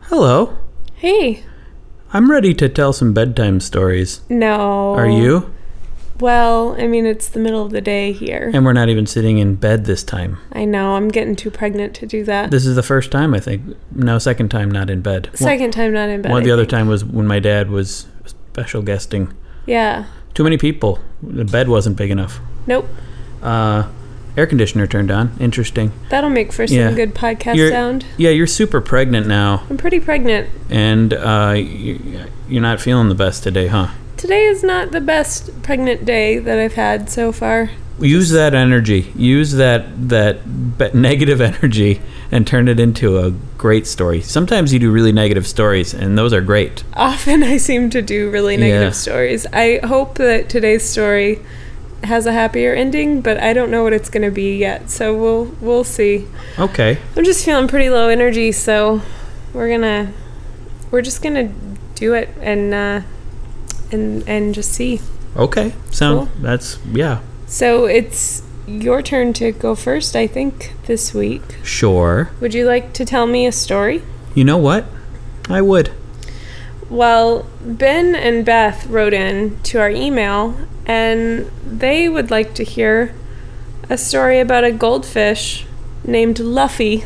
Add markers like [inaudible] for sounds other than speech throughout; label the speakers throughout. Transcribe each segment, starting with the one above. Speaker 1: Hello.
Speaker 2: Hey.
Speaker 1: I'm ready to tell some bedtime stories.
Speaker 2: No.
Speaker 1: Are you?
Speaker 2: Well, I mean, it's the middle of the day here.
Speaker 1: And we're not even sitting in bed this time.
Speaker 2: I know. I'm getting too pregnant to do that.
Speaker 1: This is the first time, I think. No, second time not in bed.
Speaker 2: Second time not in bed.
Speaker 1: One, one
Speaker 2: I
Speaker 1: the other
Speaker 2: think.
Speaker 1: time was when my dad was special guesting.
Speaker 2: Yeah.
Speaker 1: Too many people. The bed wasn't big enough.
Speaker 2: Nope.
Speaker 1: Uh, air conditioner turned on. Interesting.
Speaker 2: That'll make for some
Speaker 1: Yeah.
Speaker 2: good podcast
Speaker 1: You're-
Speaker 2: sound.
Speaker 1: Yeah, you're super pregnant now,
Speaker 2: I'm pretty pregnant.
Speaker 1: and uh, you, you're not feeling the best today, huh?
Speaker 2: Today is not the best pregnant day that I've had so far.
Speaker 1: Use that energy. Use that that be- [laughs] negative energy and turn it into a great story. Sometimes you do really negative stories, and those are great.
Speaker 2: Often [laughs] I seem to do really
Speaker 1: Yeah.
Speaker 2: negative stories. I hope that today's story has a happier ending, but I don't know what it's going to be yet. So we'll we'll see.
Speaker 1: Okay.
Speaker 2: I'm just feeling pretty low energy, so we're gonna we're just gonna do it and uh, and and just see.
Speaker 1: Okay. So that's yeah.
Speaker 2: So it's your turn to go first, I think, this week.
Speaker 1: Sure.
Speaker 2: Would you like to tell me a story?
Speaker 1: You know what? I would.
Speaker 2: Well, Ben and Beth wrote in to our email, and they would like to hear a story about a goldfish named Luffy.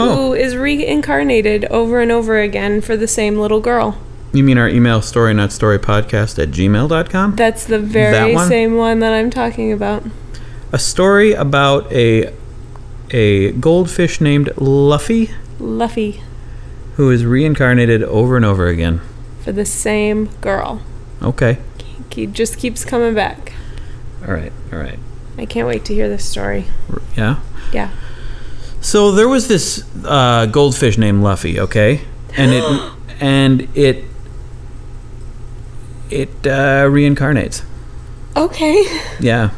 Speaker 1: Oh,
Speaker 2: Who is reincarnated over and over again for the same little girl?
Speaker 1: you mean our email story not story podcast at gmail.com?
Speaker 2: That's the very
Speaker 1: one?
Speaker 2: same one that I'm talking about.
Speaker 1: a story about a a goldfish named Luffy
Speaker 2: Luffy
Speaker 1: who is reincarnated over and over again.
Speaker 2: for the same girl.
Speaker 1: Okay.
Speaker 2: He just keeps coming back.
Speaker 1: All right. All right.
Speaker 2: I can't wait to hear this story.
Speaker 1: Yeah.
Speaker 2: Yeah.
Speaker 1: So there was this uh, goldfish named Luffy, okay, and it and it it uh, reincarnates.
Speaker 2: Okay. [laughs]
Speaker 1: Yeah.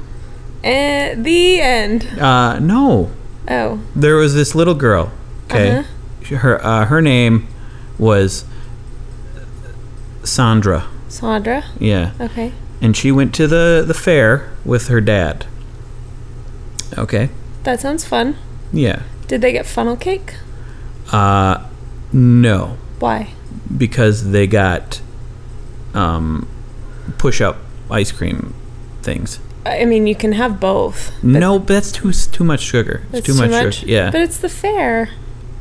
Speaker 2: And the end.
Speaker 1: Uh, no,
Speaker 2: Oh.
Speaker 1: there was this little girl. Okay.
Speaker 2: Uh-huh.
Speaker 1: Her uh, her name was Sandra.
Speaker 2: Sandra.
Speaker 1: Yeah.
Speaker 2: Okay.
Speaker 1: and she went to the the fair with her dad. Okay.
Speaker 2: That sounds fun.
Speaker 1: Yeah.
Speaker 2: Did they get funnel cake?
Speaker 1: Uh no,
Speaker 2: Why?
Speaker 1: because they got um push up ice cream things.
Speaker 2: I mean, you can have both.
Speaker 1: no, that's too s- too much sugar. It's
Speaker 2: That's
Speaker 1: too, much, sugar. Yeah.
Speaker 2: But it's the fair.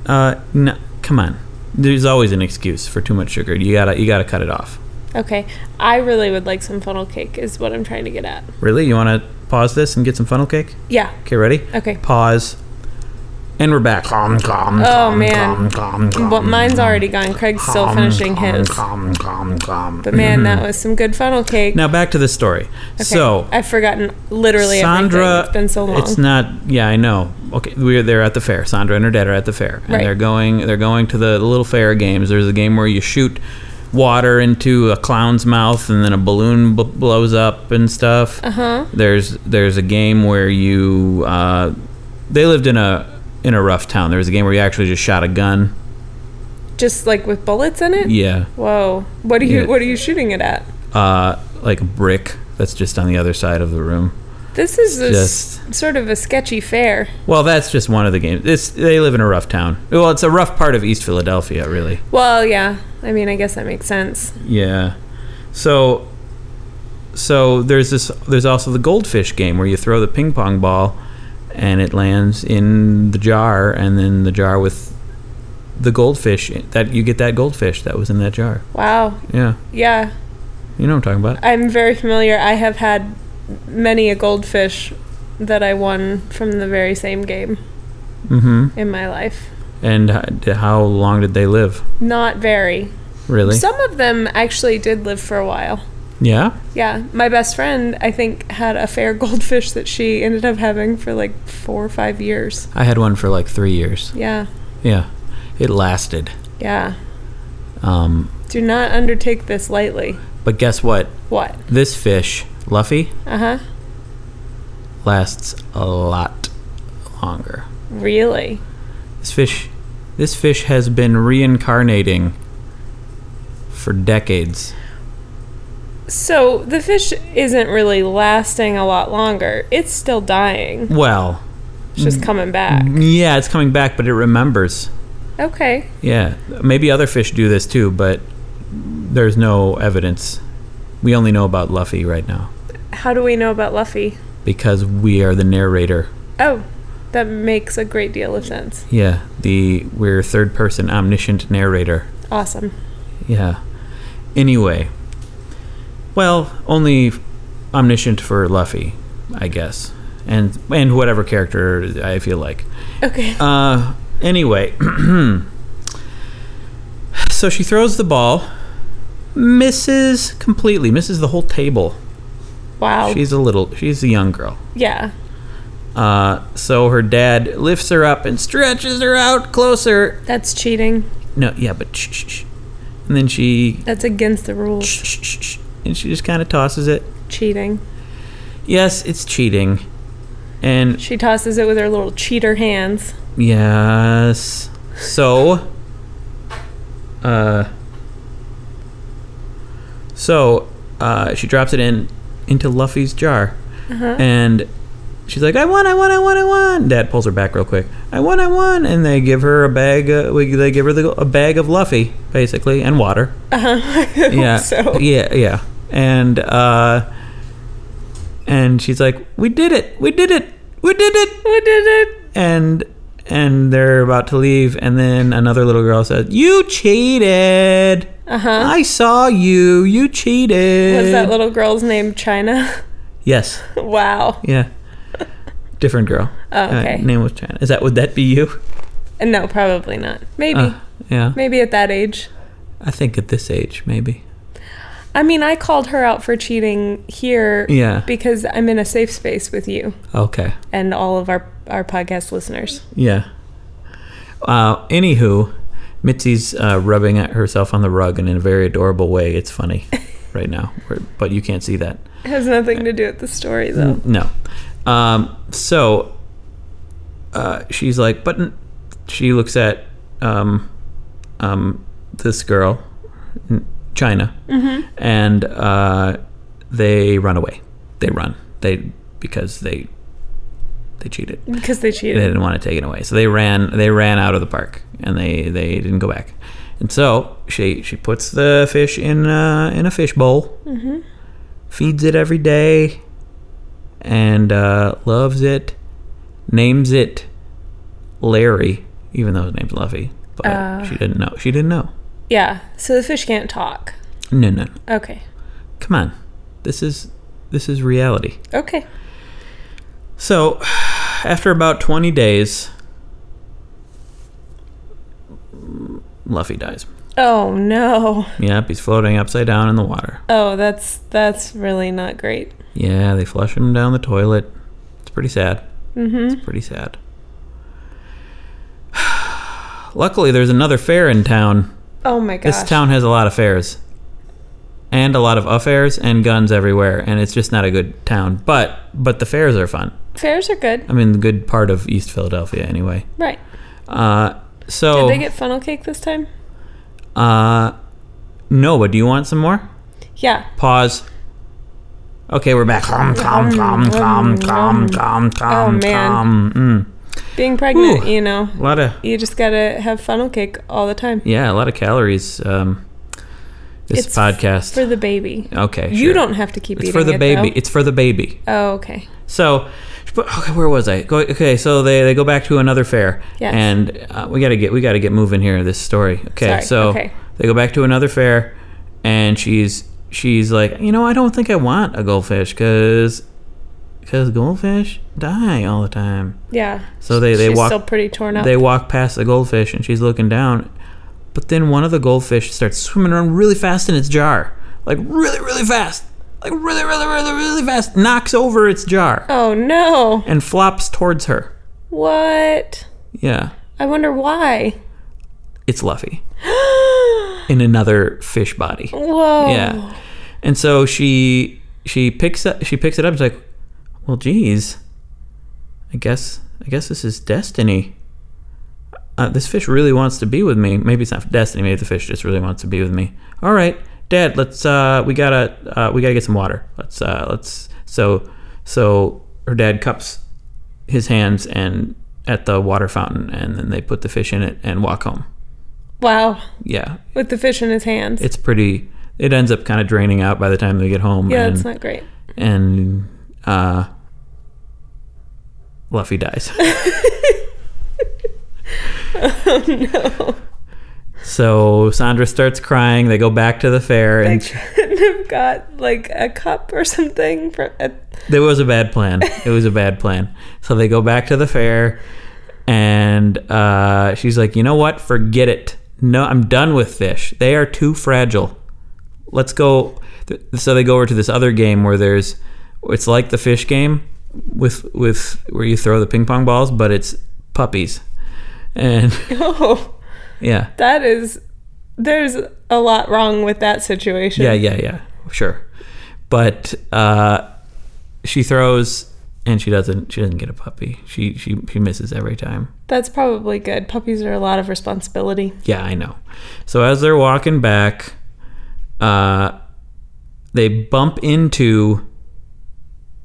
Speaker 1: uh no, come on. There's always an excuse for too much sugar. You got to you got to cut it off.
Speaker 2: Okay. I really would like some funnel cake, is what I'm trying to get at.
Speaker 1: Really? You want to pause this and get some funnel cake?
Speaker 2: Yeah.
Speaker 1: Okay, ready?
Speaker 2: Okay.
Speaker 1: Pause. And we're back.
Speaker 2: Oh, man. But mine's already gone. Craig's still finishing his. But man,
Speaker 1: Mm-hmm.
Speaker 2: that was some good funnel cake.
Speaker 1: Now back to the story.
Speaker 2: Okay,
Speaker 1: So
Speaker 2: I've forgotten literally everything.
Speaker 1: Sandra,
Speaker 2: It's been so long.
Speaker 1: It's not. Yeah, I know. Okay, we're they're at the fair. Sandra and her dad are at the fair, and
Speaker 2: Right.
Speaker 1: they're going. They're going to the little fair games. There's a game where you shoot water into a clown's mouth, and then a balloon b- blows up and stuff.
Speaker 2: Uh-huh.
Speaker 1: There's there's a game where you. Uh, they lived in a in a rough town. There was a game where you actually just shot a gun.
Speaker 2: Just like with bullets in it.
Speaker 1: Yeah.
Speaker 2: Whoa! What are you
Speaker 1: Yeah.
Speaker 2: What are you shooting it at?
Speaker 1: Uh, like a brick that's just on the other side of the room.
Speaker 2: This is a s-
Speaker 1: Just
Speaker 2: sort of a sketchy fair.
Speaker 1: Well, that's just one of the games. It's they live in a rough town. Well, it's a rough part of East Philadelphia, really.
Speaker 2: Well, yeah. I mean, I guess that makes sense.
Speaker 1: Yeah. So so there's this there's also the goldfish game where you throw the ping pong ball and it lands in the jar and then the jar with the goldfish that you get that goldfish that was in that jar.
Speaker 2: Wow.
Speaker 1: Yeah.
Speaker 2: Yeah,
Speaker 1: You know what I'm talking about.
Speaker 2: I'm very familiar. I have had many a goldfish that I won from the very same game
Speaker 1: Mhm.
Speaker 2: in my life.
Speaker 1: And h- how long did they live?
Speaker 2: Not very.
Speaker 1: Really?
Speaker 2: Some of them actually did live for a while.
Speaker 1: yeah.
Speaker 2: Yeah, my best friend, I think, had a fair [laughs] goldfish that she ended up having for like four or five years.
Speaker 1: I had one for like 3 years.
Speaker 2: Yeah,
Speaker 1: Yeah. It lasted.
Speaker 2: yeah.
Speaker 1: Um
Speaker 2: Do not undertake this lightly.
Speaker 1: but guess what?
Speaker 2: What?
Speaker 1: This fish, Luffy,
Speaker 2: Uh huh.
Speaker 1: lasts a lot longer.
Speaker 2: Really?
Speaker 1: This fish this fish has been reincarnating for decades.
Speaker 2: So the fish isn't really lasting a lot longer. It's still dying.
Speaker 1: Well,
Speaker 2: It's just coming back.
Speaker 1: yeah, it's coming back, but it remembers.
Speaker 2: Okay.
Speaker 1: Yeah, maybe other fish do this too, but there's no evidence. We only know about Luffy right now
Speaker 2: How do we know about Luffy?
Speaker 1: because we are the narrator.
Speaker 2: Oh, that makes a great deal of sense.
Speaker 1: Yeah, the we're third person omniscient narrator.
Speaker 2: Awesome.
Speaker 1: Yeah. Anyway, well, only omniscient for Luffy, I guess, and and whatever character I feel like.
Speaker 2: Okay.
Speaker 1: Uh, anyway, [clears throat] so she throws the ball, misses completely, misses the whole table.
Speaker 2: Wow.
Speaker 1: She's a little, she's a young girl.
Speaker 2: yeah.
Speaker 1: Uh, so her dad lifts her up and stretches her out closer.
Speaker 2: That's cheating.
Speaker 1: No, yeah, but shh, shh, shh. and then she,
Speaker 2: That's against the rules.
Speaker 1: shh, shh, shh, shh, and she just kind of tosses it.
Speaker 2: Cheating.
Speaker 1: Yes, it's cheating, and
Speaker 2: She tosses it with her little cheater hands.
Speaker 1: Yes. So. Uh. So, uh, she drops it in into Luffy's jar, and she's like, "I won! I won! I won! I won!" Dad pulls her back real quick. "I won! I won!" And they give her a bag. Uh, we- they give her the, a bag of Luffy, basically, and water. yeah.
Speaker 2: so.
Speaker 1: Yeah. Yeah. And uh. And she's like, "We did it! We did it! We did it!"
Speaker 2: We did it.
Speaker 1: and and they're about to leave and then another little girl says you cheated uh-huh i saw you you cheated
Speaker 2: Was that little girl's name China? [laughs]
Speaker 1: yes
Speaker 2: wow.
Speaker 1: yeah different girl Uh,
Speaker 2: Oh, okay.
Speaker 1: name was china is that would that be you
Speaker 2: No, probably not. Maybe.
Speaker 1: Uh, yeah
Speaker 2: Maybe at that age.
Speaker 1: i think at this age maybe
Speaker 2: I mean, I called her out for cheating here
Speaker 1: yeah
Speaker 2: because I'm in a safe space with you
Speaker 1: okay
Speaker 2: and all of our, our podcast listeners.
Speaker 1: yeah uh anywho mitzi's uh, rubbing at herself on the rug in a very adorable way it's
Speaker 2: [laughs]
Speaker 1: funny right now We're- but you can't see that
Speaker 2: It has nothing to do with the story, though.
Speaker 1: N- No. Um, so uh, she's like, but n- she looks at um, um, this girl, n- China, and uh, they run away. They run. They because they they cheated.
Speaker 2: Because they
Speaker 1: They
Speaker 2: cheated.
Speaker 1: didn't want it taken away, so they ran. They ran out of the park, and they they didn't go back. And so she she puts the fish in uh, in a fish bowl, feeds it every day, and uh, loves it. Names it Larry, even though his name's Luffy, but
Speaker 2: Uh.
Speaker 1: she didn't know. She didn't know.
Speaker 2: Yeah. So the fish can't talk.
Speaker 1: No, no, no.
Speaker 2: Okay.
Speaker 1: come on, this is this is reality.
Speaker 2: Okay.
Speaker 1: So, after about 20 days, Luffy dies.
Speaker 2: Oh, no.
Speaker 1: Yep, he's floating upside down in the water.
Speaker 2: Oh, that's that's really not great.
Speaker 1: Yeah, they flush him down the toilet. It's pretty sad. Mm-hmm. It's pretty sad. [sighs] Luckily, there's another fair in town.
Speaker 2: Oh my gosh.
Speaker 1: This town has a lot of fairs. And a lot of affairs and guns everywhere, and it's just not a good town. But but the fairs are fun.
Speaker 2: Fairs are good.
Speaker 1: I mean, the good part of East Philadelphia, anyway.
Speaker 2: Right.
Speaker 1: Uh, so
Speaker 2: Did they get funnel cake this time?
Speaker 1: Uh, no, but do you want some more?
Speaker 2: Yeah.
Speaker 1: Pause. Okay, we're back. Tom, tom, tom, tom, tom, tom, tom,
Speaker 2: um, oh, man.
Speaker 1: tom. Mm.
Speaker 2: Being pregnant,
Speaker 1: Ooh.
Speaker 2: you know,
Speaker 1: A lot of
Speaker 2: you just gotta have funnel cake all the time
Speaker 1: yeah, a lot of calories. Um, this
Speaker 2: It's
Speaker 1: podcast.
Speaker 2: for the baby.
Speaker 1: okay,
Speaker 2: You
Speaker 1: sure.
Speaker 2: don't have to keep
Speaker 1: It's
Speaker 2: eating
Speaker 1: for the
Speaker 2: it,
Speaker 1: baby.
Speaker 2: though.
Speaker 1: It's for the baby.
Speaker 2: Oh, okay.
Speaker 1: So, but okay, where was I? Go, okay, so they, they go back to another fair,
Speaker 2: Yes.
Speaker 1: and uh, we gotta get we gotta get moving here. This story. Okay,
Speaker 2: Sorry,
Speaker 1: so
Speaker 2: okay.
Speaker 1: they go back to another fair, and she's she's like, you know, I don't think I want a goldfish because goldfish die all the time.
Speaker 2: Yeah.
Speaker 1: So they they
Speaker 2: She's
Speaker 1: walk
Speaker 2: still pretty torn up.
Speaker 1: they walk past the goldfish, and she's looking down, but then one of the goldfish starts swimming around really fast in its jar, like really really fast, like really really really really fast, knocks over its jar
Speaker 2: oh no.
Speaker 1: and flops towards her.
Speaker 2: What?
Speaker 1: Yeah,
Speaker 2: I wonder why.
Speaker 1: it's Luffy [gasps] in another fish body.
Speaker 2: Whoa.
Speaker 1: Yeah, and so she she picks up she picks it up. It's like, well, geez, I guess I guess this is destiny. Uh, this fish really wants to be with me. Maybe it's not destiny. Maybe the fish just really wants to be with me. All right, Dad, let's uh, we gotta uh, we gotta get some water. Let's uh, let's so so her dad cups his hands and at the water fountain, and then they put the fish in it and walk home.
Speaker 2: Wow.
Speaker 1: Yeah,
Speaker 2: With the fish in his hands.
Speaker 1: it's pretty. It ends up kind of draining out by the time they get home.
Speaker 2: yeah,
Speaker 1: and,
Speaker 2: it's not great.
Speaker 1: and uh, Luffy dies. So Sandra starts crying. They go back to the fair,
Speaker 2: They
Speaker 1: and
Speaker 2: couldn't have got like a cup or something. For, at, [laughs]
Speaker 1: There was a bad plan. It was a bad plan. So they go back to the fair, and uh, she's like, "You know what? Forget it. No, I'm done with fish. They are too fragile. Let's go." th- So they go over to this other game where there's, it's like the fish game, with with where you throw the ping pong balls, but it's puppies, and [laughs]
Speaker 2: oh,
Speaker 1: yeah,
Speaker 2: that is. There's a lot wrong with that situation.
Speaker 1: yeah, yeah, yeah, sure. But uh, she throws, and she doesn't. She doesn't get a puppy. She she she misses every time.
Speaker 2: That's probably good. Puppies are a lot of responsibility.
Speaker 1: Yeah, I know. So as they're walking back, uh, they bump into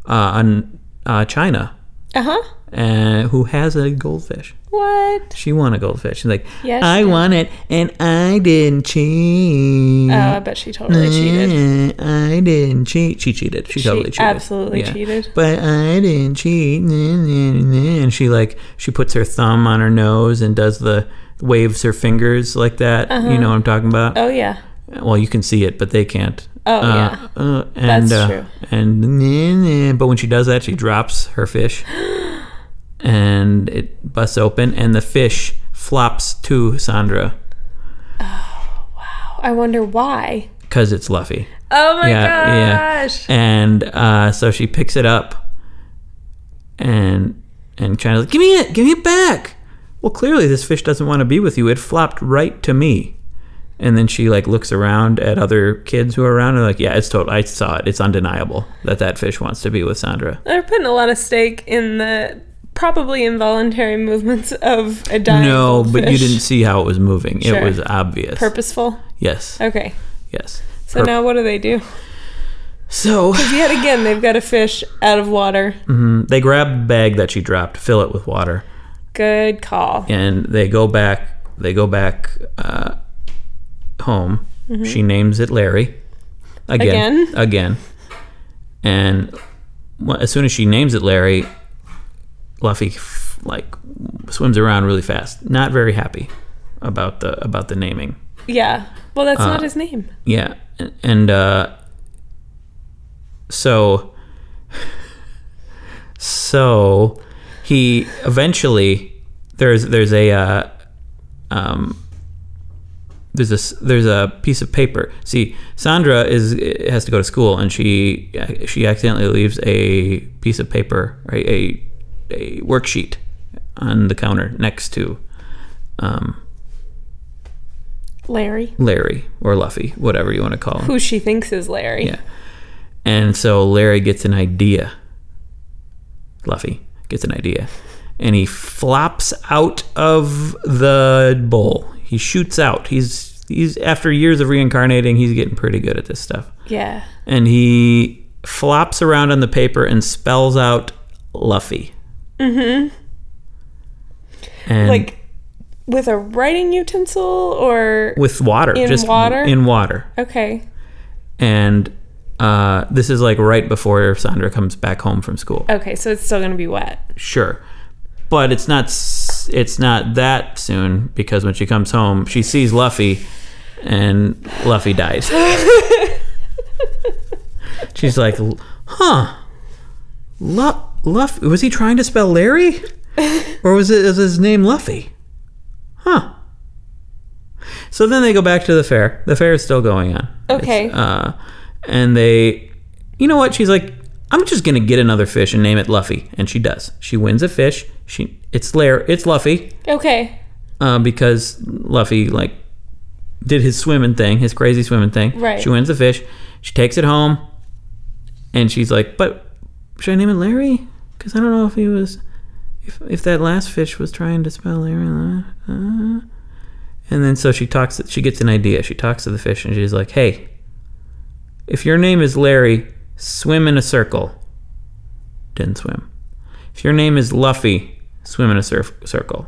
Speaker 1: uh, an, uh, China,
Speaker 2: Uh huh.
Speaker 1: uh, who has a goldfish.
Speaker 2: What?
Speaker 1: She won a goldfish. She's like,
Speaker 2: Yeah, she
Speaker 1: I
Speaker 2: did.
Speaker 1: won it, and I didn't cheat.
Speaker 2: Oh, I bet she totally cheated.
Speaker 1: Uh, I didn't cheat. She cheated. She, totally cheated.
Speaker 2: absolutely
Speaker 1: Yeah.
Speaker 2: cheated.
Speaker 1: But I didn't cheat. Nah, nah, nah. And she like she puts her thumb on her nose and does the waves her fingers like that.
Speaker 2: Uh-huh.
Speaker 1: You know what I'm talking about?
Speaker 2: Oh yeah.
Speaker 1: Well, you can see it, but they can't.
Speaker 2: Oh,
Speaker 1: Uh, uh, and,
Speaker 2: That's
Speaker 1: uh,
Speaker 2: true.
Speaker 1: And nah, nah. but when she does that, she drops her
Speaker 2: [gasps]
Speaker 1: fish, and it busts open, and the fish flops to Sandra
Speaker 2: I wonder why.
Speaker 1: because it's Luffy.
Speaker 2: Oh my
Speaker 1: Yeah,
Speaker 2: gosh.
Speaker 1: and uh, so she picks it up and and China's like, "Give me it, give me it back." Well, clearly this fish doesn't want to be with you. It flopped right to me. And then she like looks around at other kids who are around and like, "Yeah, it's total. I saw it. It's undeniable that that fish wants to be with Sandra."
Speaker 2: They're putting a lot of stake in the probably involuntary movements of a dying
Speaker 1: No, but you
Speaker 2: goldfish.
Speaker 1: didn't see how it was moving.
Speaker 2: Sure.
Speaker 1: It was obvious.
Speaker 2: Purposeful.
Speaker 1: yes.
Speaker 2: Okay.
Speaker 1: Yes.
Speaker 2: So
Speaker 1: Pur-
Speaker 2: now what do they do?
Speaker 1: so
Speaker 2: Yet again, they've got a fish out of water.
Speaker 1: mm, they grab the bag that she dropped, fill it with water,
Speaker 2: Good call.
Speaker 1: and they go back they go back uh, home she names it larry again again, and wh- as soon as she names it larry luffy f- like swims around really fast not very happy about the about the naming
Speaker 2: Yeah. Well,
Speaker 1: Uh.
Speaker 2: that's not his name.
Speaker 1: yeah and, and uh so so he eventually there's there's a uh, um there's a s- there's a piece of paper. See, Sandra is has to go to school, and she she accidentally leaves a piece of paper, right, a a worksheet on the counter next to um,
Speaker 2: Larry.
Speaker 1: Larry or Luffy, whatever you want to call him.
Speaker 2: Who she thinks is Larry.
Speaker 1: Yeah. And so Larry gets an idea. Luffy gets an idea. And he flops out of the bowl. He shoots out. He's he's after years of reincarnating, he's getting pretty good at this stuff.
Speaker 2: Yeah.
Speaker 1: And he flops around on the paper and spells out Luffy. Mm-hmm. And
Speaker 2: Like with a writing utensil or.
Speaker 1: with water.
Speaker 2: in
Speaker 1: just
Speaker 2: water?
Speaker 1: in water.
Speaker 2: Okay.
Speaker 1: And uh, this is like right before Sandra comes back home from school.
Speaker 2: Okay. So it's still going to be wet.
Speaker 1: sure but it's not s- it's not that soon because when she comes home she sees luffy and luffy dies she's like huh Lu- luffy was he trying to spell larry or was it is his name luffy huh so then they go back to the fair the fair is still going on
Speaker 2: Okay.
Speaker 1: It's, uh, and they you know what? She's like, I'm just gonna get another fish and name it Luffy, and she does. She wins a fish. She it's Lair, it's Luffy,
Speaker 2: Okay.
Speaker 1: uh, because Luffy like did his swimming thing, his crazy swimming thing.
Speaker 2: Right.
Speaker 1: She wins the fish. She takes it home, and she's like, but should I name it Larry? Because I don't know if he was, if if that last fish was trying to spell Larry. uh, uh." And then so she talks. She gets an idea. She talks to the fish, and she's like, hey. If your name is Larry, swim in a circle. Didn't swim. If your name is Luffy, swim in a surf circle.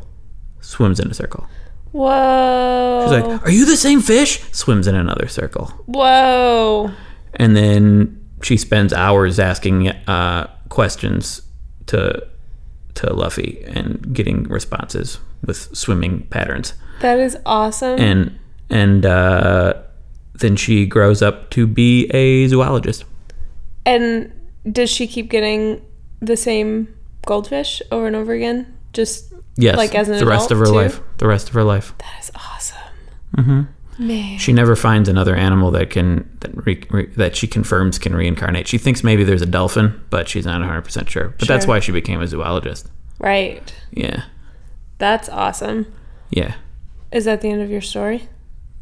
Speaker 1: Swims in a circle.
Speaker 2: Whoa.
Speaker 1: She's like, "Are you the same fish?" Swims in another circle.
Speaker 2: Whoa.
Speaker 1: and then she spends hours asking uh, questions to to Luffy and getting responses with swimming patterns.
Speaker 2: That is awesome.
Speaker 1: And and uh, then she grows up to be a zoologist.
Speaker 2: And does she keep getting the same goldfish over and over again? Just
Speaker 1: Yes,
Speaker 2: Like as an
Speaker 1: the rest
Speaker 2: adult,
Speaker 1: of her
Speaker 2: too?
Speaker 1: life. The rest of her life.
Speaker 2: that is awesome. Mm-hmm. Man.
Speaker 1: She never finds another animal that can that re, re, that she confirms can reincarnate. She thinks maybe there's a dolphin, but she's not 100 percent sure. But that's
Speaker 2: Sure.
Speaker 1: why she became a zoologist.
Speaker 2: Right.
Speaker 1: Yeah,
Speaker 2: That's awesome.
Speaker 1: yeah.
Speaker 2: Is that the end of your story?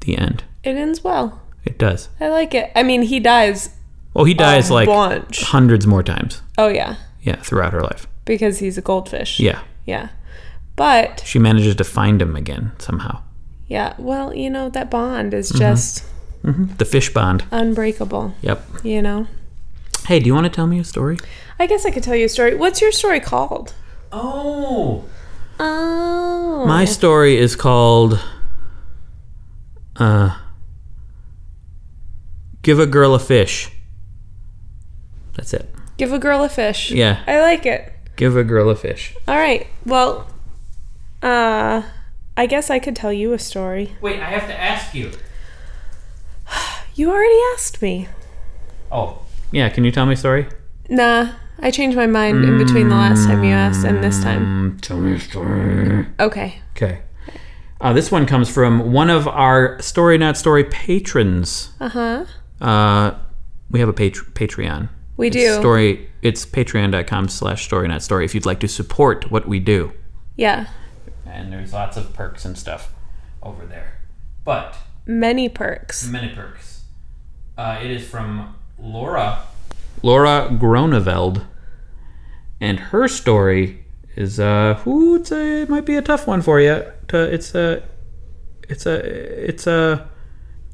Speaker 1: The end.
Speaker 2: It ends well.
Speaker 1: It does.
Speaker 2: I like it. I mean, he dies
Speaker 1: Well, he dies
Speaker 2: a
Speaker 1: like
Speaker 2: bunch.
Speaker 1: hundreds more times.
Speaker 2: Oh yeah,
Speaker 1: Yeah, throughout her life.
Speaker 2: because he's a goldfish.
Speaker 1: Yeah.
Speaker 2: Yeah. But
Speaker 1: She manages to find him again somehow.
Speaker 2: yeah, well, you know that bond is
Speaker 1: Mm-hmm.
Speaker 2: just
Speaker 1: The fish bond.
Speaker 2: unbreakable,
Speaker 1: Yep.
Speaker 2: you know.
Speaker 1: Hey, do you want to tell me a story?
Speaker 2: I guess I could tell you a story. What's your story called?
Speaker 1: Oh.
Speaker 2: Oh.
Speaker 1: My story is called uh Give a girl a fish. That's it.
Speaker 2: Give a girl a fish.
Speaker 1: Yeah.
Speaker 2: I like it.
Speaker 1: Give a girl a fish.
Speaker 2: All right. Well, uh I guess I could tell you a story.
Speaker 1: Wait, I have to ask you.
Speaker 2: You already asked me.
Speaker 1: Oh. Yeah, can you tell me a story?
Speaker 2: Nah, I changed my mind in between the last time you asked and this time.
Speaker 1: Mm, tell me a story.
Speaker 2: Okay.
Speaker 1: Okay. Uh, this one comes from one of our Story Not Story patrons.
Speaker 2: Uh-huh.
Speaker 1: Uh, we have a patr Patreon.
Speaker 2: We
Speaker 1: It's
Speaker 2: do.
Speaker 1: Story. It's patreon.com slash story not story if you'd like to support what we do.
Speaker 2: Yeah.
Speaker 1: And there's lots of perks and stuff over there. But
Speaker 2: Many perks.
Speaker 1: many perks. Uh, it is from Laura. Laura Groneveld. And her story is uh ooh, it's a, it might be a tough one for you. To, it's a it's a it's a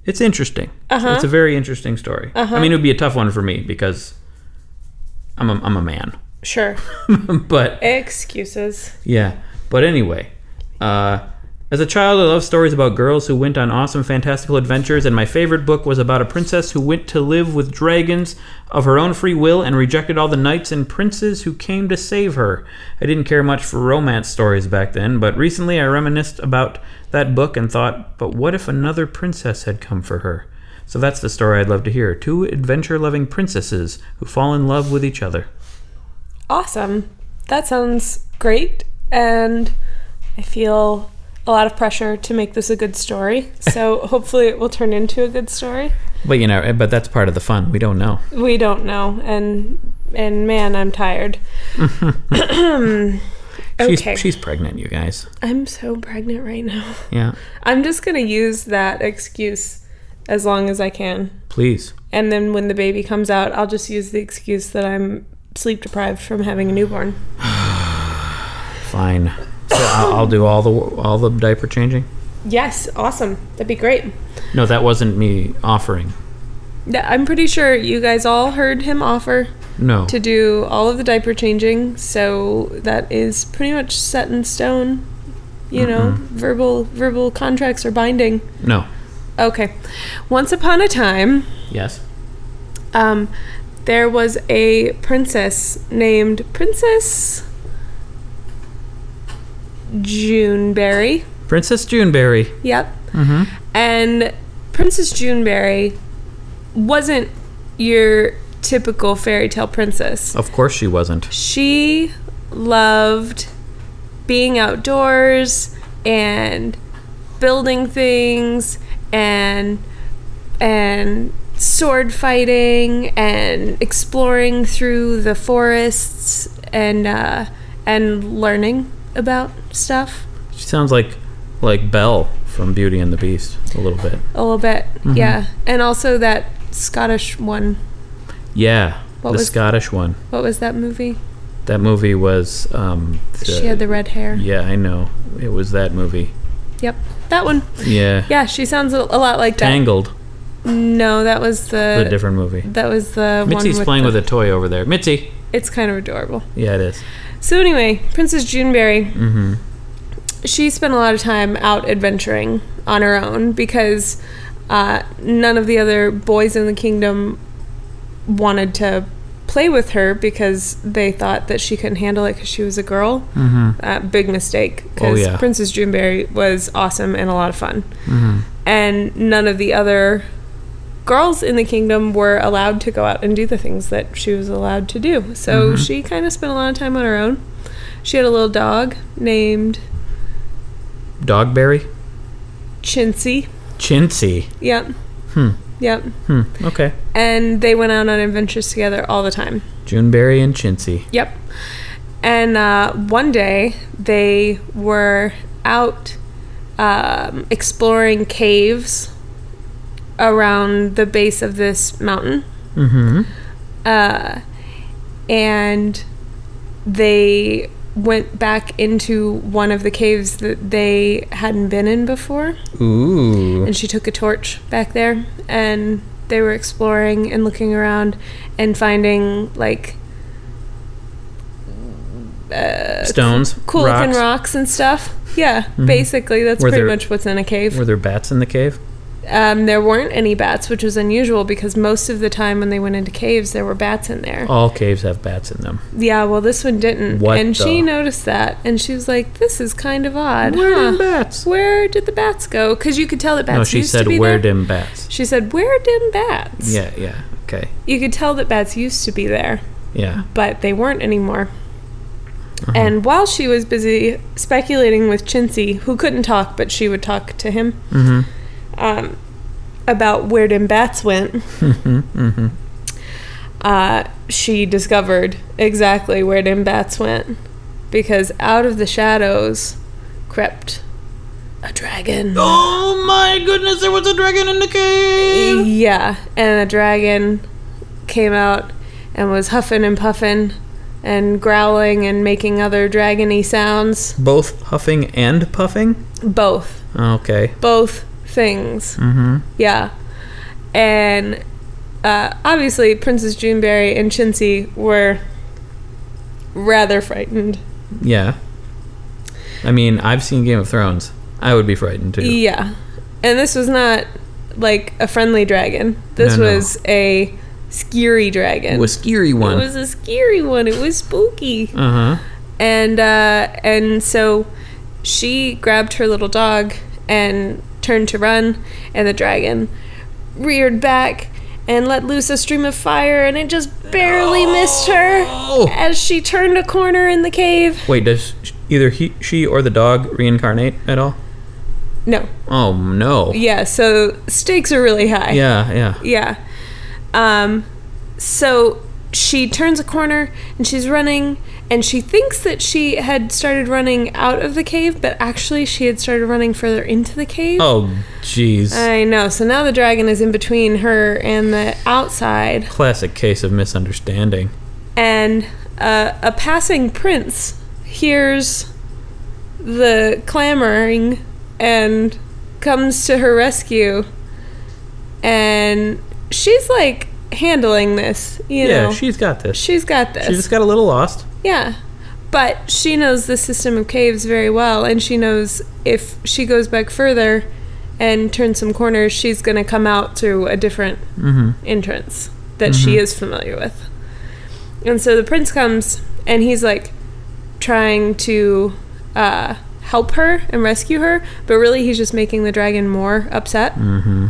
Speaker 1: it's interesting. It's- It's a very interesting story. I mean, it would be a tough one for me because I'm a, I'm a man. [laughs]
Speaker 2: Sure.
Speaker 1: but
Speaker 2: Excuses.
Speaker 1: yeah. But anyway, uh, as a child, I loved stories about girls who went on awesome, fantastical adventures, and my favorite book was about a princess who went to live with dragons of her own free will and rejected all the knights and princes who came to save her. I didn't care much for romance stories back then, but recently I reminisced about that book and thought, but what if another princess had come for her? So that's the story I'd love to hear. Two adventure loving princesses who fall in love with each other.
Speaker 2: Awesome. That sounds great. And I feel a lot of pressure to make this a good story. [laughs] So hopefully it will turn into a good story.
Speaker 1: But you know, eh, but that's part of the fun. We don't know.
Speaker 2: We don't know. And and man, I'm tired. okay.
Speaker 1: She's, she's pregnant, you guys.
Speaker 2: I'm so pregnant right now.
Speaker 1: Yeah.
Speaker 2: [laughs] I'm just going to use that excuse as long as I can.
Speaker 1: Please.
Speaker 2: And then when the baby comes out, I'll just use the excuse that I'm sleep deprived from having a newborn.
Speaker 1: Fine. So I'll, I'll do all the all the diaper changing.
Speaker 2: Yes, awesome. That'd be great.
Speaker 1: No, that wasn't me offering.
Speaker 2: Yeah, I'm pretty sure you guys all heard him offer
Speaker 1: No.
Speaker 2: to do all of the diaper changing, so that is pretty much set in stone. You know, verbal verbal contracts are binding.
Speaker 1: no.
Speaker 2: Okay. Once upon a time,
Speaker 1: Yes.
Speaker 2: um, there was a princess named Princess Juneberry.
Speaker 1: Princess Juneberry.
Speaker 2: Yep. And Princess Juneberry wasn't your typical fairy tale princess.
Speaker 1: Of course she wasn't.
Speaker 2: She loved being outdoors and building things and and sword fighting and exploring through the forests and uh, and learning about stuff.
Speaker 1: She sounds like like Belle from Beauty and the Beast a little bit.
Speaker 2: A little bit,
Speaker 1: Mm-hmm.
Speaker 2: yeah. And also that Scottish one.
Speaker 1: Yeah.
Speaker 2: What
Speaker 1: the
Speaker 2: was-
Speaker 1: Scottish one.
Speaker 2: What was that movie?
Speaker 1: That movie was. Um, the,
Speaker 2: she had the red hair.
Speaker 1: Yeah, I know. It was that movie.
Speaker 2: Yep, that one.
Speaker 1: Yeah.
Speaker 2: Yeah, she sounds a, a lot like that.
Speaker 1: Tangled.
Speaker 2: No, that was the,
Speaker 1: the different movie.
Speaker 2: that was the one.
Speaker 1: Mitzi's
Speaker 2: with
Speaker 1: playing
Speaker 2: the,
Speaker 1: with a toy over there. Mitzi.
Speaker 2: It's kind of adorable.
Speaker 1: Yeah, it is.
Speaker 2: So anyway, Princess Juneberry,
Speaker 1: Mm-hmm.
Speaker 2: she spent a lot of time out adventuring on her own because uh, none of the other boys in the kingdom wanted to play with her because they thought that she couldn't handle it because she was a girl.
Speaker 1: Mm-hmm.
Speaker 2: Uh, big mistake
Speaker 1: Oh,
Speaker 2: because
Speaker 1: yeah.
Speaker 2: Princess Juneberry was awesome and a lot of fun.
Speaker 1: Mm-hmm.
Speaker 2: and none of the other girls in the kingdom were allowed to go out and do the things that she was allowed to do. So
Speaker 1: Mhm.
Speaker 2: she kind of spent a lot of time on her own. She had a little dog named
Speaker 1: Dogberry?
Speaker 2: Chintzy.
Speaker 1: Chintzy.
Speaker 2: Yep.
Speaker 1: Hmm.
Speaker 2: Yep.
Speaker 1: Hmm. Okay.
Speaker 2: And they went out on adventures together all the time.
Speaker 1: Juneberry and Chintzy.
Speaker 2: Yep. And uh, one day they were out um, exploring caves around the base of this mountain.
Speaker 1: Mm-hmm.
Speaker 2: uh, and they went back into one of the caves that they hadn't been in before
Speaker 1: Ooh.
Speaker 2: and she took a torch back there and they were exploring and looking around and finding like uh,
Speaker 1: Stones.
Speaker 2: cool
Speaker 1: rocks. Mm-hmm.
Speaker 2: looking rocks and stuff yeah basically that's
Speaker 1: Were
Speaker 2: pretty
Speaker 1: there-
Speaker 2: much what's in a cave
Speaker 1: Were there bats in the cave?
Speaker 2: um, there weren't any bats which was unusual because most of the time when they went into caves there were bats in there
Speaker 1: All caves have bats in them.
Speaker 2: Yeah, well, this one didn't.
Speaker 1: What
Speaker 2: and she
Speaker 1: the-
Speaker 2: noticed that, and she was like, "This is kind of odd.
Speaker 1: Where
Speaker 2: huh?
Speaker 1: them bats?
Speaker 2: Where did the bats go? Because you could tell that bats
Speaker 1: no, she
Speaker 2: used
Speaker 1: said
Speaker 2: to be
Speaker 1: where
Speaker 2: there.
Speaker 1: them bats.
Speaker 2: She said, "Where did bats?
Speaker 1: Yeah, yeah. Okay.
Speaker 2: You could tell that bats used to be there,
Speaker 1: Yeah.
Speaker 2: but they weren't anymore."
Speaker 1: Uh-huh.
Speaker 2: And while she was busy speculating with Chintzy, who couldn't talk, but she would talk to him
Speaker 1: Mm-hmm.
Speaker 2: um, about where them bats
Speaker 1: [laughs]
Speaker 2: went,
Speaker 1: Mm-hmm.
Speaker 2: uh, she discovered exactly where them bats went because out of the shadows crept a dragon.
Speaker 1: Oh my goodness, there was a dragon in the cave!
Speaker 2: Yeah, and the dragon came out and was huffing and puffing and growling and making other dragony sounds.
Speaker 1: Both huffing and puffing?
Speaker 2: Both.
Speaker 1: Okay.
Speaker 2: Both things.
Speaker 1: Mm-hmm.
Speaker 2: Yeah. And uh, obviously, Princess Juneberry and Chintzy were rather frightened.
Speaker 1: Yeah. I mean, I've seen Game of Thrones. I would be frightened too.
Speaker 2: Yeah. And this was not like a friendly dragon. This
Speaker 1: No, no.
Speaker 2: was a scary dragon.
Speaker 1: It was scary
Speaker 2: It
Speaker 1: one.
Speaker 2: was a scary one. It was spooky.
Speaker 1: uh huh.
Speaker 2: And uh and so she grabbed her little dog and turned to run and the dragon reared back and let loose a stream of fire and it just barely missed her
Speaker 1: Oh!
Speaker 2: as she turned a corner in the cave.
Speaker 1: Wait, does sh- either he, she, or the dog reincarnate at all?
Speaker 2: No.
Speaker 1: Oh no.
Speaker 2: Yeah, so stakes are really high.
Speaker 1: Yeah, yeah.
Speaker 2: Yeah. Um, so she turns a corner and she's running, and she thinks that she had started running out of the cave, but actually she had started running further into the cave.
Speaker 1: Oh, jeez.
Speaker 2: I know. So now the dragon is in between her and the outside,
Speaker 1: Classic case of misunderstanding.
Speaker 2: and uh, a passing prince hears the clamoring and comes to her rescue, and she's like handling this, you
Speaker 1: yeah,
Speaker 2: know.
Speaker 1: she's got this.
Speaker 2: She's got this.
Speaker 1: She just got a little lost.
Speaker 2: yeah. But she knows the system of caves very well, and she knows if she goes back further and turns some corners, she's going to come out through a different
Speaker 1: Mm-hmm.
Speaker 2: entrance that she is familiar with. And so the prince comes, and he's like trying to uh, help her and rescue her, but really he's just making the dragon more upset
Speaker 1: Mm-hmm.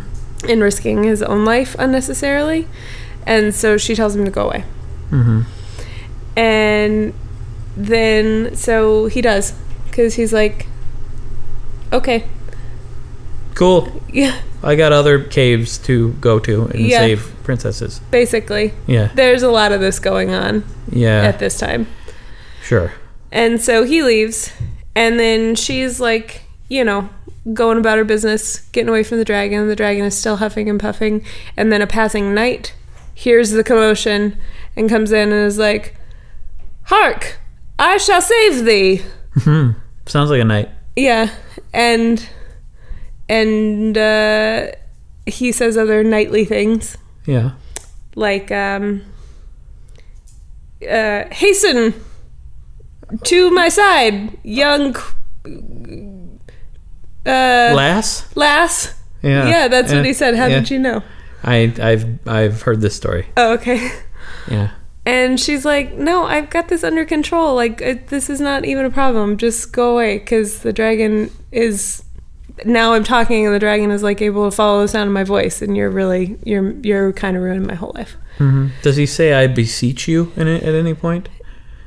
Speaker 2: and risking his own life unnecessarily. And so she tells him to go away.
Speaker 1: Mm-hmm.
Speaker 2: And then, so he does, because he's like, okay,
Speaker 1: Cool.
Speaker 2: yeah,
Speaker 1: I got other caves to go to and
Speaker 2: Yeah.
Speaker 1: save princesses.
Speaker 2: basically.
Speaker 1: Yeah.
Speaker 2: There's a lot of this going on
Speaker 1: Yeah.
Speaker 2: at this time.
Speaker 1: Sure.
Speaker 2: And so he leaves, and then she's like, you know, going about her business, getting away from the dragon. The dragon is still huffing and puffing, and then a passing knight hears the commotion and comes in and is like, "Hark, I shall save thee."
Speaker 1: Hmm. Sounds like a night.
Speaker 2: Yeah, and and uh, he says other knightly things
Speaker 1: Yeah.
Speaker 2: like um uh, hasten to my side, young uh,
Speaker 1: Lass?
Speaker 2: lass.
Speaker 1: Yeah.
Speaker 2: Yeah, that's what
Speaker 1: yeah,
Speaker 2: he said. How did
Speaker 1: yeah.
Speaker 2: you know?
Speaker 1: I, I've I've heard this story.
Speaker 2: Oh, okay.
Speaker 1: Yeah.
Speaker 2: And she's like, "No, I've got this under control. Like it, this is not even a problem. Just go away cuz the dragon is now I'm talking and the dragon is like able to follow the sound of my voice and you're really you're you're kind of ruining my whole life."
Speaker 1: hmm Does he say "I beseech you" in it at any point?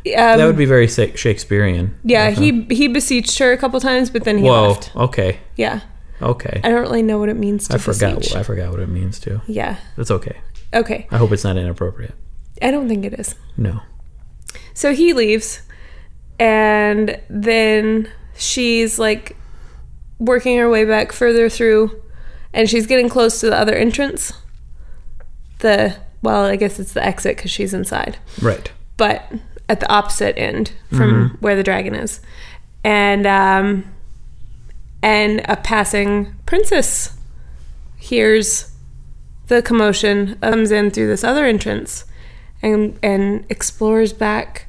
Speaker 2: Um,
Speaker 1: that would be very Sa- Shakespearean.
Speaker 2: yeah,
Speaker 1: Uh-huh.
Speaker 2: he he beseeched her a couple times, but then he
Speaker 1: Whoa.
Speaker 2: left.
Speaker 1: Okay.
Speaker 2: Yeah,
Speaker 1: Okay.
Speaker 2: I don't really know what it means to
Speaker 1: I forgot.
Speaker 2: beseech.
Speaker 1: I forgot what it means to.
Speaker 2: Yeah.
Speaker 1: That's okay.
Speaker 2: Okay.
Speaker 1: I hope it's not inappropriate.
Speaker 2: I don't think it is.
Speaker 1: No.
Speaker 2: So he leaves, and then she's like working her way back further through, and she's getting close to the other entrance. The well, I guess it's the exit because she's inside,
Speaker 1: Right.
Speaker 2: but at the opposite end from where the dragon is, and um, and a passing princess hears the commotion, comes in through this other entrance, and and explores back,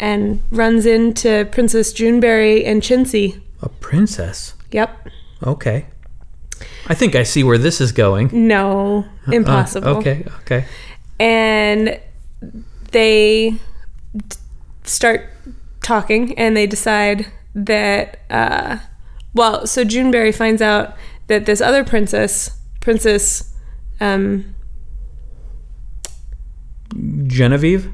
Speaker 2: and runs into Princess Juneberry and Chintzy.
Speaker 1: A princess.
Speaker 2: Yep.
Speaker 1: Okay. I think I see where this is going.
Speaker 2: No,
Speaker 1: Uh,
Speaker 2: Mm, impossible.
Speaker 1: okay. Okay.
Speaker 2: and they d- start talking and they decide that uh, well so juneberry finds out that this other princess princess um,
Speaker 1: Genevieve.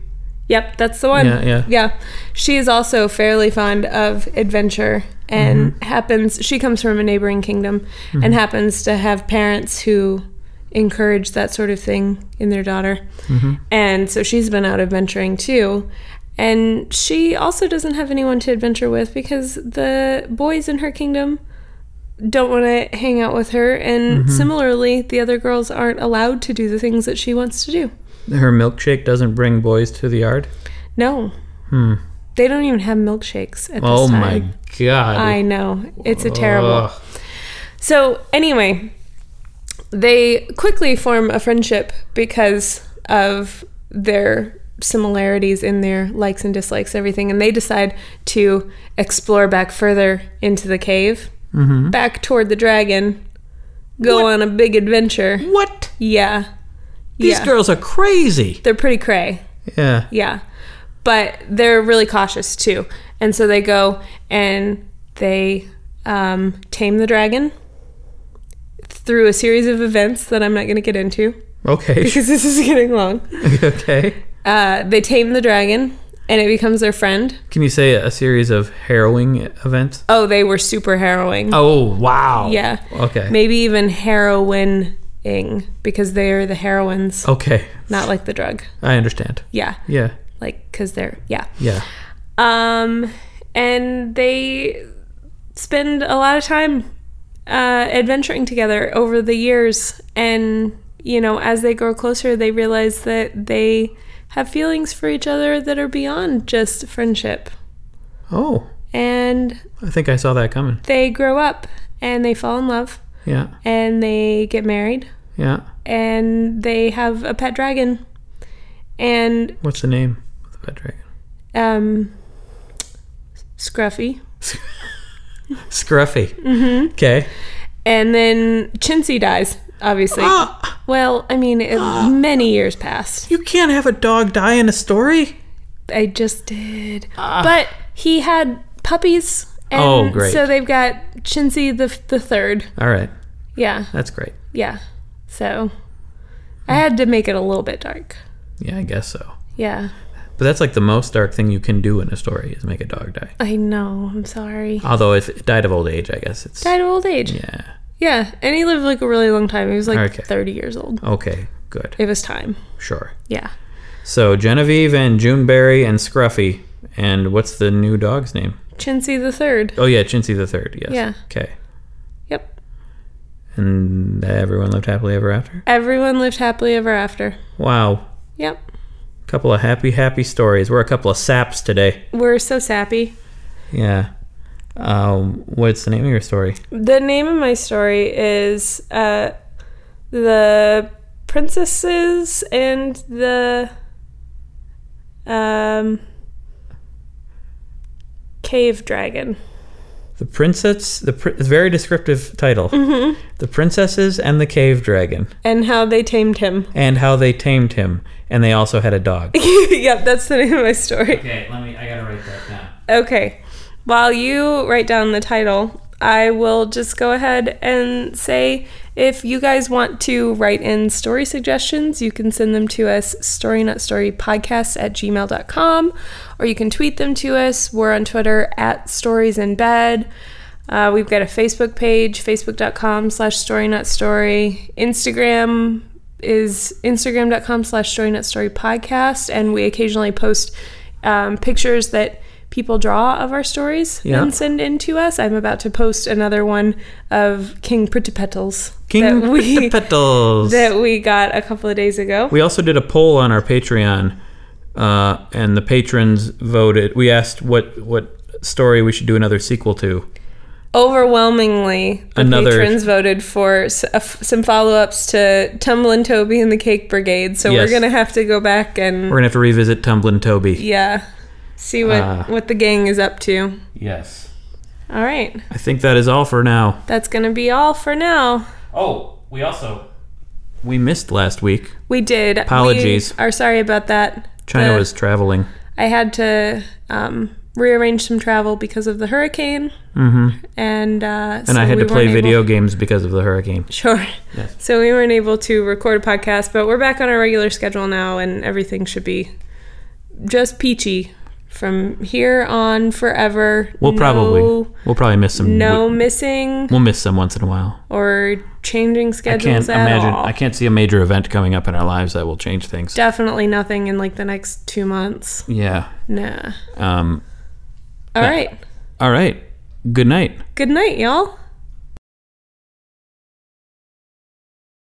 Speaker 2: yep that's the one
Speaker 1: Yeah, yeah.
Speaker 2: she is also fairly fond of adventure and
Speaker 1: Mm-hmm.
Speaker 2: happens she comes from a neighboring kingdom and happens to have parents who encourage that sort of thing in their daughter
Speaker 1: Mm-hmm.
Speaker 2: And so she's been out adventuring too. And she also doesn't have anyone to adventure with because the boys in her kingdom don't want to hang out with her. And
Speaker 1: Mm-hmm.
Speaker 2: similarly, the other girls aren't allowed to do the things that she wants to do.
Speaker 1: Her milkshake doesn't bring boys to the yard.
Speaker 2: No. They don't even have milkshakes at
Speaker 1: Hmm.
Speaker 2: this
Speaker 1: Oh
Speaker 2: time.
Speaker 1: my god.
Speaker 2: I know. It's a terrible.
Speaker 1: Ugh.
Speaker 2: So, anyway, they quickly form a friendship because of their similarities in their likes and dislikes, everything. And they decide to explore back further into the cave,
Speaker 1: Mm-hmm.
Speaker 2: back toward the dragon, go on a big adventure.
Speaker 1: What?
Speaker 2: Yeah.
Speaker 1: These
Speaker 2: yeah.
Speaker 1: girls are crazy.
Speaker 2: They're pretty cray.
Speaker 1: Yeah.
Speaker 2: Yeah. But they're really cautious too. And so they go and they um, tame the dragon through a series of events that I'm not going to get into [laughs]
Speaker 1: Okay. [laughs]
Speaker 2: because this is getting long.
Speaker 1: okay.
Speaker 2: Uh, they tame the dragon and it becomes their friend.
Speaker 1: Can you say a series of harrowing events?
Speaker 2: Oh, they were super harrowing.
Speaker 1: Oh wow.
Speaker 2: Yeah.
Speaker 1: Okay.
Speaker 2: Maybe even heroining because they are the heroines,
Speaker 1: Okay.
Speaker 2: not like the drug.
Speaker 1: I understand.
Speaker 2: Yeah.
Speaker 1: Oh. Yeah.
Speaker 2: Like, because they're, yeah.
Speaker 1: Yeah.
Speaker 2: Um, and they spend a lot of time uh, adventuring together over the years. And, you know, as they grow closer, they realize that they have feelings for each other that are beyond just friendship.
Speaker 1: Oh,
Speaker 2: And
Speaker 1: I think I saw that coming.
Speaker 2: they grow up and they fall in love
Speaker 1: Yeah.
Speaker 2: and they get married
Speaker 1: Yeah.
Speaker 2: and they have a pet dragon. And
Speaker 1: What's the name of the pet dragon?
Speaker 2: um, Scruffy.
Speaker 1: Scruffy. Mm-hmm. Okay.
Speaker 2: And then Chintzy dies, obviously.
Speaker 1: [gasps] Ah,
Speaker 2: Well, I
Speaker 1: [gasps]
Speaker 2: mean, it, many years passed.
Speaker 1: you can't have a dog die in a story.
Speaker 2: I just did. but he had puppies. And
Speaker 1: Ah. Oh, great.
Speaker 2: So they've got Chintzy the, the third.
Speaker 1: All right,
Speaker 2: Yeah,
Speaker 1: that's great.
Speaker 2: yeah. So I had to make it a little bit dark.
Speaker 1: Yeah, I guess so.
Speaker 2: Yeah,
Speaker 1: But that's like the most dark thing you can do in a story is make a dog die.
Speaker 2: I know. I'm sorry.
Speaker 1: Although if it died of old age, I guess it's
Speaker 2: Died of old age. Yeah.
Speaker 1: yeah.
Speaker 2: and he lived like a really long time. He was like
Speaker 1: Okay.
Speaker 2: 30 years old.
Speaker 1: Okay, good,
Speaker 2: It was time.
Speaker 1: sure.
Speaker 2: Yeah.
Speaker 1: So Genevieve and Juneberry and Scruffy and what's the new dog's name?
Speaker 2: Chintzy the third.
Speaker 1: Oh yeah, Chintzy the Third. Yes.
Speaker 2: Yeah.
Speaker 1: Okay.
Speaker 2: Yep.
Speaker 1: And everyone lived happily ever after.
Speaker 2: Everyone lived happily ever after.
Speaker 1: Wow.
Speaker 2: Yep.
Speaker 1: Couple of happy, happy stories. We're a couple of saps today.
Speaker 2: We're so sappy.
Speaker 1: Yeah. Um, what's the name of your story?
Speaker 2: The name of my story is uh, the princesses and the Um, cave dragon.
Speaker 1: The princess, the pr- it's a very descriptive title.
Speaker 2: Mm-hmm.
Speaker 1: The princesses and the cave dragon,
Speaker 2: And how they tamed him. [laughs]
Speaker 1: and how they tamed him, and they also had a dog.
Speaker 2: yep, that's the name of my story.
Speaker 1: okay, let me. I gotta write that down.
Speaker 2: Okay. While you write down the title, I will just go ahead and say if you guys want to write in story suggestions, you can send them to us storynutstorypodcast at gmail.com or you can tweet them to us. We're on Twitter at stories in bed. Uh, we've got a Facebook page, facebook.com slash storynutstory. Instagram is instagram.com slash storynutstorypodcast. And we occasionally post um, pictures that people draw of our stories
Speaker 1: Yeah.
Speaker 2: and send in to us. I'm about to post another one of King Pretipetals
Speaker 1: King
Speaker 2: that we,
Speaker 1: Petals.
Speaker 2: that we got a couple of days ago.
Speaker 1: We also did a poll on our Patreon, uh, and the patrons voted. We asked what what story we should do another sequel to.
Speaker 2: Overwhelmingly, the
Speaker 1: Another-
Speaker 2: patrons voted for s- a f- some follow-ups to Tumble and Toby and the Cake Brigade. So
Speaker 1: Yes.
Speaker 2: we're gonna have to go back and
Speaker 1: We're gonna have to revisit Tumblin' Toby.
Speaker 2: yeah, see what
Speaker 1: Ah.
Speaker 2: what the gang is up to.
Speaker 1: Yes.
Speaker 2: All right,
Speaker 1: I think that is all for now.
Speaker 2: that's gonna be all for now.
Speaker 1: Oh, we also we missed last week.
Speaker 2: We did.
Speaker 1: Apologies.
Speaker 2: We are sorry about that.
Speaker 1: China
Speaker 2: The-
Speaker 1: was traveling.
Speaker 2: I had to um, rearrange some travel because of the hurricane, mm-hmm. and uh,
Speaker 1: And I had to play video games because of the hurricane.
Speaker 2: [laughs] Sure.
Speaker 1: Yes.
Speaker 2: So we weren't able to record a podcast, but we're back on our regular schedule now, and everything should be just peachy from here on forever.
Speaker 1: We'll
Speaker 2: no,
Speaker 1: probably we'll probably miss some.
Speaker 2: no missing
Speaker 1: we'll miss some once in a while.
Speaker 2: or changing
Speaker 1: I can't
Speaker 2: schedules at
Speaker 1: imagine.
Speaker 2: all.
Speaker 1: I can't see a major event coming up in our lives that will change things.
Speaker 2: Definitely nothing in like the next two months.
Speaker 1: Yeah.
Speaker 2: Nah.
Speaker 1: Um.
Speaker 2: All right.
Speaker 1: All right. Good night.
Speaker 2: Good night, y'all.